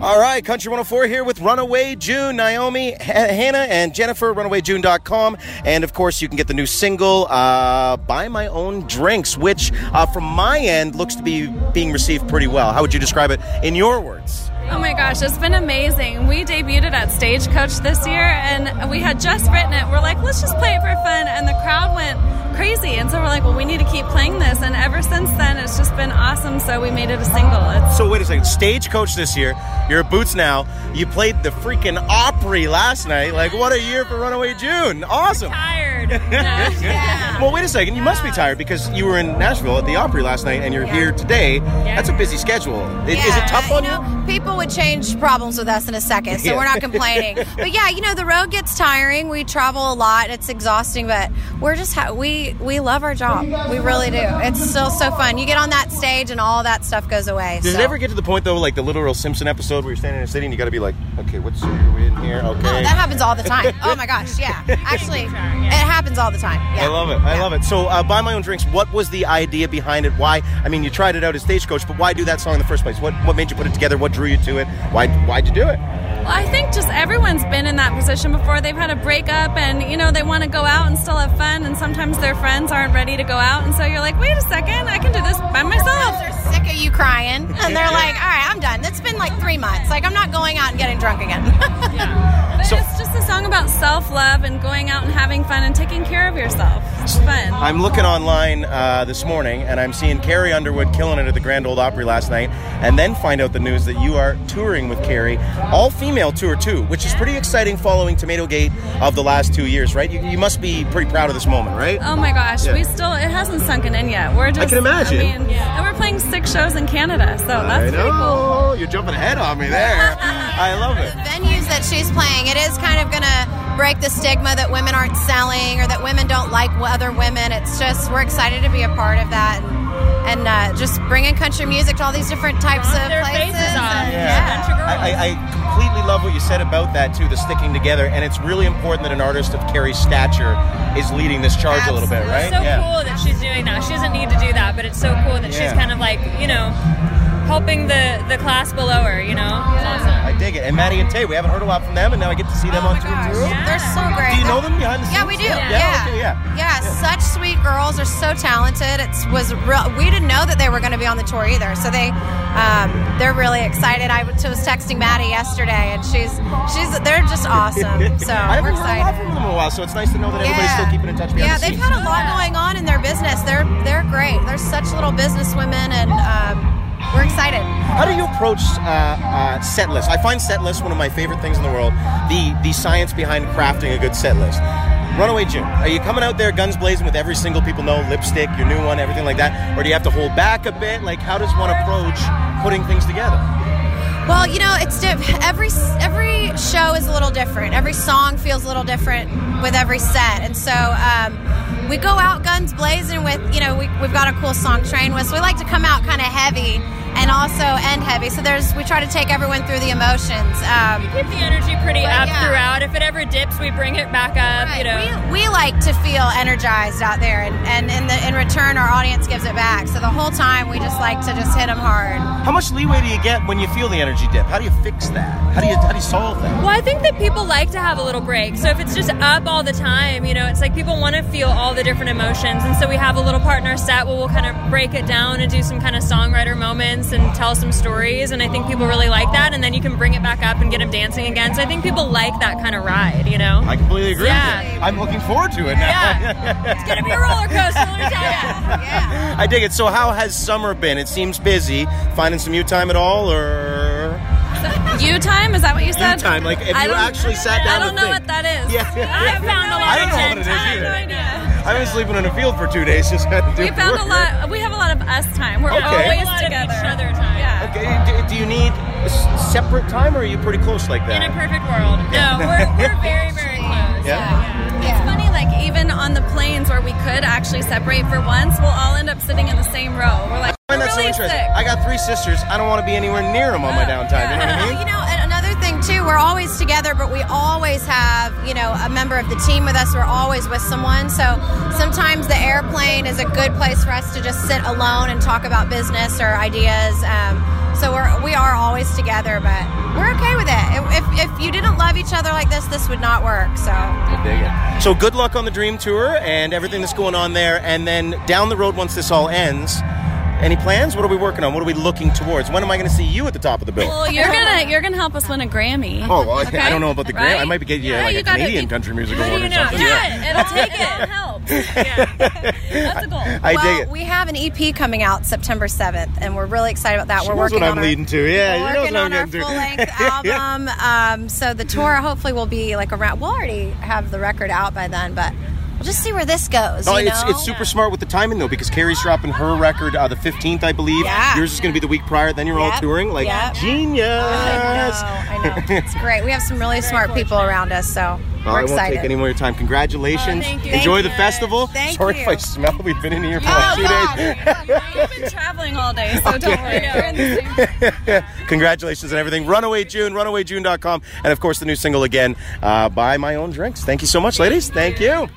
All right, Country 104 here with Runaway June, Naomi, H- Hannah, and Jennifer, runawayjune.com. And of course, you can get the new single, uh, Buy My Own Drinks, which uh, from my end looks to be being received pretty well. How would you describe it in your words? Oh my gosh, it's been amazing. We debuted it at Stagecoach this year and we had just written it. We're like, let's just play it for fun. And the crowd went crazy. And so we're like, well, we need to keep playing this. And ever since then, it's just been awesome. So we made it a single. It's So wait a second, Stagecoach this year, you're at Boots now, you played the freaking Opry last night. Like, what a year for Runaway June. Awesome. tired. yeah. Well, wait a second. You must be tired because you were in Nashville at the Opry last night, and you're here today. That's a busy schedule. I- Is, Yeah, it tough on you? know, People would change problems with us in a second, so Yeah. we're not complaining. but yeah, you know, the road gets tiring. We travel a lot. It's exhausting, but we're just ha- we we love our job. We really do. It's still so fun. You get on that stage, and all that stuff goes away. Does so. it ever get to the point though, like the literal Simpson episode, where you're standing in a city and you got to be like, okay, what city are we in here? Okay. Oh, that happens all the time. Oh my gosh, yeah. Actually, it happens all the time. Yeah. I love it. I love it. So, uh, buy my own drinks. What was the idea behind it? Why? I mean, you tried it out as stagecoach, but why do that song in the first place? What What made you put it together? What drew you to it? Why Why'd you do it? Well, I think just everyone's been in that position before. They've had a breakup and, you know, they want to go out and still have fun. And sometimes their friends aren't ready to go out. And so you're like, wait a second, I can do this by myself. They're sick of you crying, and they're like, "All right, I'm done. It's been like three months. Like, I'm not going out and getting drunk again." But So- it's just a song about self love and going out and having fun and taking care of yourself. It's fun. I'm looking online uh, this morning, and I'm seeing Carrie Underwood killing it at the Grand Old Opry last night, and then find out the news that you are touring with Carrie, all female tour too, which is pretty exciting following Tomato Gate of the last two years, right? You, you must be pretty proud of this moment, right? Oh my gosh, Yeah. we still, it hasn't sunken in yet. We're just, can imagine. I mean, and we're playing six shows in Canada, so that's pretty cool. You're jumping ahead on me there. I love it. venues that she's playing, it is kind of going to break the stigma that women aren't selling or that women don't like other women. It's just we're excited to be a part of that and, and uh, just bringing country music to all these different types of places. and- I, I, I completely love what you said about that too, the sticking together, and it's really important that an artist of Carrie's stature is leading this charge a little bit, right? It's so cool that she's doing that. She doesn't need to do that, but it's so cool that she's Yeah. kind of like, you know, helping the, the class below her, you know? I dig it. And Maddie and Tay, we haven't heard a lot from them, and now I get to see them Oh on my tour gosh, too. They're so great. Do you know them behind the scenes? Yeah, we do. Yeah, Yeah. okay, yeah. Yeah, such sweet girls. They're so talented. It's was real. We didn't know that they were going to be on the tour either. So they, um, they're really excited. I was was texting Maddie yesterday, and she's she's they're just awesome. So I haven't we're heard a lot excited. from them in a while, so it's nice to know that everybody's still keeping in touch behind yeah, the they've scenes. had a lot going on in their business. They're they're great. They're such little business women, and um, we're excited. How do you approach uh, uh, set lists? I find set lists one of my favorite things in the world. The the science behind crafting a good set list. Runaway June, are you coming out there guns blazing with every single people know lipstick, your new one, everything like that, or do you have to hold back a bit? Like, how does one approach putting things together? Well, you know, it's diff- every every show is a little different. Every song feels a little different with every set, and so um, we go out guns blazing with you know we, we've got a cool song train with. So we like to come out kind of heavy and also end heavy. So there's we try to take everyone through the emotions. Um, Keep the energy pretty But up yeah. throughout. If it ever dips, we bring it back up, you know? we, we like to feel energized out there, and, and in, the, in return, our audience gives it back. So the whole time, we just like to just hit them hard. How much leeway do you get when you feel the energy dip? How do you fix that? How do you how do you solve that? Well, I think that people like to have a little break. So if it's just up all the time, you know, it's like people want to feel all the different emotions. And so we have a little part in our set where we'll kind of break it down and do some kind of songwriter moments and tell some stories. And I think people really like that. And then you can bring it back up and get them dancing again. So I think people like that kind of ride, you know? I completely agree. With Yeah. you. I'm looking forward to it now. Yeah. it's going to be a roller coaster, let me tell you. Yeah. I dig it. So, how has summer been? It seems busy. Finding some you time at all, or You time? Is that what you said? time, like, if I you don't- actually sat I down don't to know think. what that is. Yeah. I found a lot I don't know of what it is I have either. no idea. I've been sleeping in a field for two days. Just had to do We found a work. lot, we have a lot of us time. We're Okay. always A lot of together. each other time. Yeah. Okay, do, do you need a s- separate time, or are you pretty close like In that? a perfect world. No, we're, we're very, very close. Yeah. It's funny, like even on the planes where we could actually separate for once, we'll all end up sitting in the same row. We're like, I we're find that so really interesting. sick. I got three sisters. I don't want to be anywhere near them on my downtime. You know what I mean? You know, and another thing too, we're always together, but we always have, you know, a member of the team with us. We're always with someone. So sometimes the airplane is a good place for us to just sit alone and talk about business or ideas. Um, so so we're we are always together, but we're okay with it. If if you didn't love each other like this, this would not work. So So good luck on the Dream Tour and everything that's going on there. And then down the road, once this all ends, any plans? What are we working on? What are we looking towards? When am I going to see you at the top of the bill? Well, you're gonna you're gonna help us win a Grammy. oh, well, I- I don't know about the Right? Grammy. I might be getting you Yeah, like you a gotta Canadian be- country music How award do you or know? something. Yeah, it'll take it. helps. Yeah. That's a goal. I well, dig it. we have an EP coming out September 7th, and we're really excited about that. She we're knows working what I'm on our, leading to. Yeah, we're she knows working what I'm on our getting to. full length album. Um, so the tour hopefully will be like around. We'll already have the record out by then, but we'll just see where this goes. Oh, you it's, know? it's super smart with the timing though because Carrie's dropping her record uh, the 15th, I believe. Yeah. Yours is going to be the week prior. Then you're all Yep, touring. Like yep. genius. I know, I know. It's great. We have some really smart people around us, so Well, Oh, we're I won't excited. Oh, take any more of your time. Congratulations. Oh, thank you. Enjoy Thank the you. festival. Thank Sorry if I you. smell. We've been in here for like Oh, two God. days. I've been traveling all day, so don't worry. We're in the same- Congratulations and everything. Runaway June, runawayjune.com. And of course, the new single again, uh, Buy My Own Drinks. Thank you so much, ladies. Thank you.